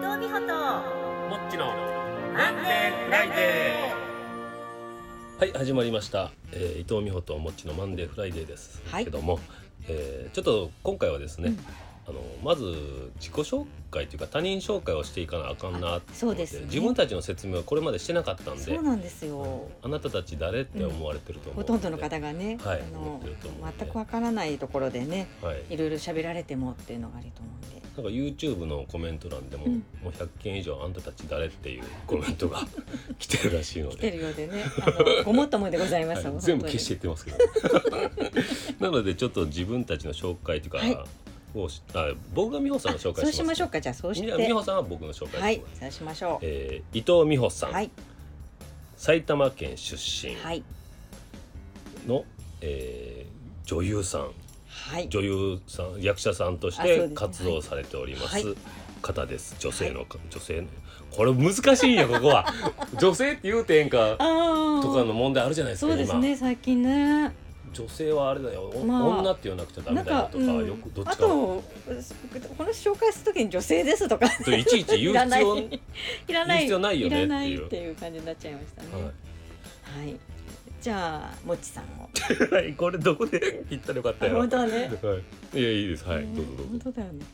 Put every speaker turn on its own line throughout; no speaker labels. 美穂と
もっちの
マンデーフライデ
はい始まりました、えー伊藤美穂ともっちのマンデーフライデーです、
はい
けども、えーちょっと今回はですね、あのまず自己紹介というか他人紹介をしていかなあかんなって
そうですね
自分たちの説明はこれまでしてなかったん
ー
で
そうなんですよ
あなたたち誰って思われてると思う
ほ
で
とんどの方がね、
はい
あ
思っ
の
てると思うんで
全くわからないところでね
はい
いろいろ喋られてもっていうのがあると思うんで
なんか YouTube のコメント欄でも、
うん
もう100件以上あんたたち誰っていうコメントが 来てるらしいの
来て
で、
るようでねあ のごもっともでございます、
はい
本当に
全部消していってますけど なのでちょっと自分たちの紹介というか、
はい
をしあ僕が美穂さんの紹
そ
介
うし
しま
ますしょうかじゃあそうし
み
て
な美穂さんは僕の紹介です、
はいそうしましょ
えー伊藤美穂さ、
うんはい
埼玉県出身
はい
の、えー女優さん
はい
女優さん役者さんとし
あそうで
て
すね
活動されておりま
はい
す方です女性のか女性のこれ難しいよここ は女性って言うてええんか
あー
とかの問題あるじゃないです
そ
か
うです
今
ね最近ね
女性はあれだよお
まあ
女って言わなくちゃダメだよとか
うん
よくどっ
あ
ちかを
とこの紹介するときに女性ですとか
といちいち言う必要
いらないいらな
言う
い
必要 ないよね
らない
っていう
っていう感じになっちゃいましたね。
は
はい。じゃあもっちさんを。
いはい これどこで言ったらよかったよ
本当だね。
はいいやいいですはい
ね
どうぞどう
本
ぞ
当だよね。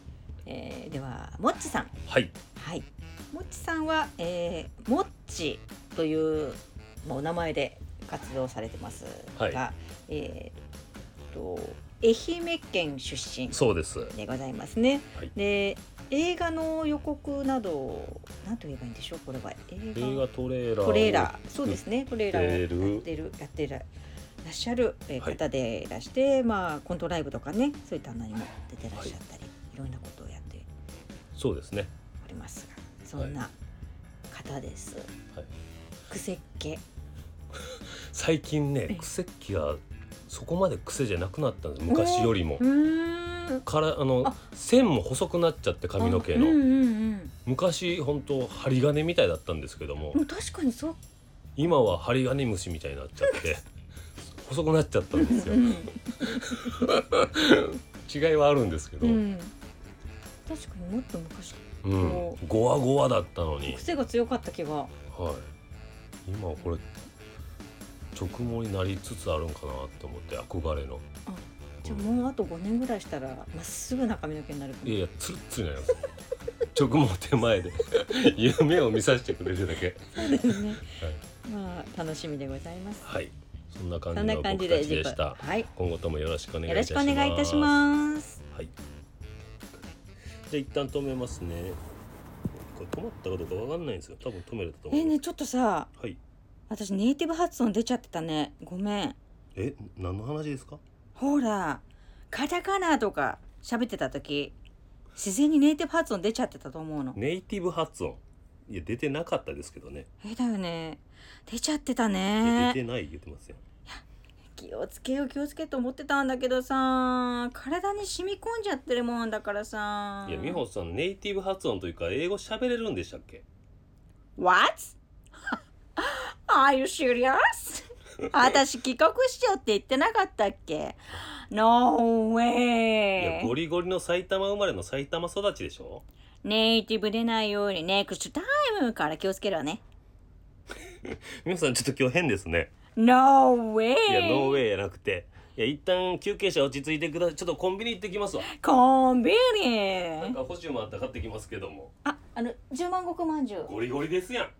えー、ではもっちさん。
はい
はい。もっちさんは、えー、もっちというまあお名前で活動されてますが、
は
えー、と愛媛県出身
そうです
でございますね。
はい
で映画の予告などをなんと言えばいいんでしょうこれは
映画トレーラーを
トレーラーそうですねトレーラ
やって
ー
る
をやってるやってらっしゃるえー
はい
方でいらして、まあコントライブとかねそういった何も出てらっしゃったり、い、ろんなことをやって
そうですね
おりますがそんな方です。
はい
くせっ気
最近
ええ
ね癖っ気がそこまで癖じゃなくなったんです昔よりも
う。ーん
からあの
あ
線も細くなっちゃって髪の毛
あうん
の
うんうん
昔本当針金みたいだったんですけども
もう確かにそう
今は針金虫みたいになっちゃって細くなっちゃったんですよ
うん
違いはあるんですけど、
う
うん
ん確かにもっと昔
ゴワゴワだったのに、
癖が強かった気が
はい、今はこれ直毛になりつつあるんかなと思って憧れの
じゃあもうあと5年ぐらいしたらまっすぐな髪の毛になるかも
いやいやつるつるになり ます直毛手前で 夢を見させてくれるだけ
そうですね、まあ楽しみでございます
はいそんな感
そ
じ
んな
の
感
僕
じ
た
で
ちでした
自己はい
今後ともよろしくお願い
よ
い
ろ
た
し
し
くお
ます。
願いいたします
はい。じゃあ一旦止めますね。これ止まったかどうかわかんないんですよ。多分止めれたと
え
思う。
ねえちょっとさ
はい。
私ネイティブ発音出ちゃってたねごめん
え、何の話ですか？
ほらカタカナとか喋ってた時自然にネイティブ発音出ちゃってたと思うの
ネイティブ発音。いや出てなかったですけどね。
えだよね出ちゃってた
いや
ね
出てない言ってますよ。
気をつけよう気をつけと思ってたんだけどさ体に染み込んじゃってるもんだからさ
いや美穂さんネイティブ発音というか英語喋れるんでしたっけ？
What? Are you serious? 私帰国しようって言ってなかったっけ ?No
いやゴ
way!
リゴリの埼玉生まれの埼玉育ちでしょ？
ネイティブ出ないようにネクストタイムから気をつけるわね。
美穂さんちょっと今日変ですね。
No way!
いやノーウェイじゃなくて。いや一旦休憩者落ち着いてください。ちょっとコンビニ行ってきますわ。
コンビ
なん
ニ
か補充もあったら買ってきますけども。
あ、あの、十万石まんじゅう。
ゴリゴリですやん。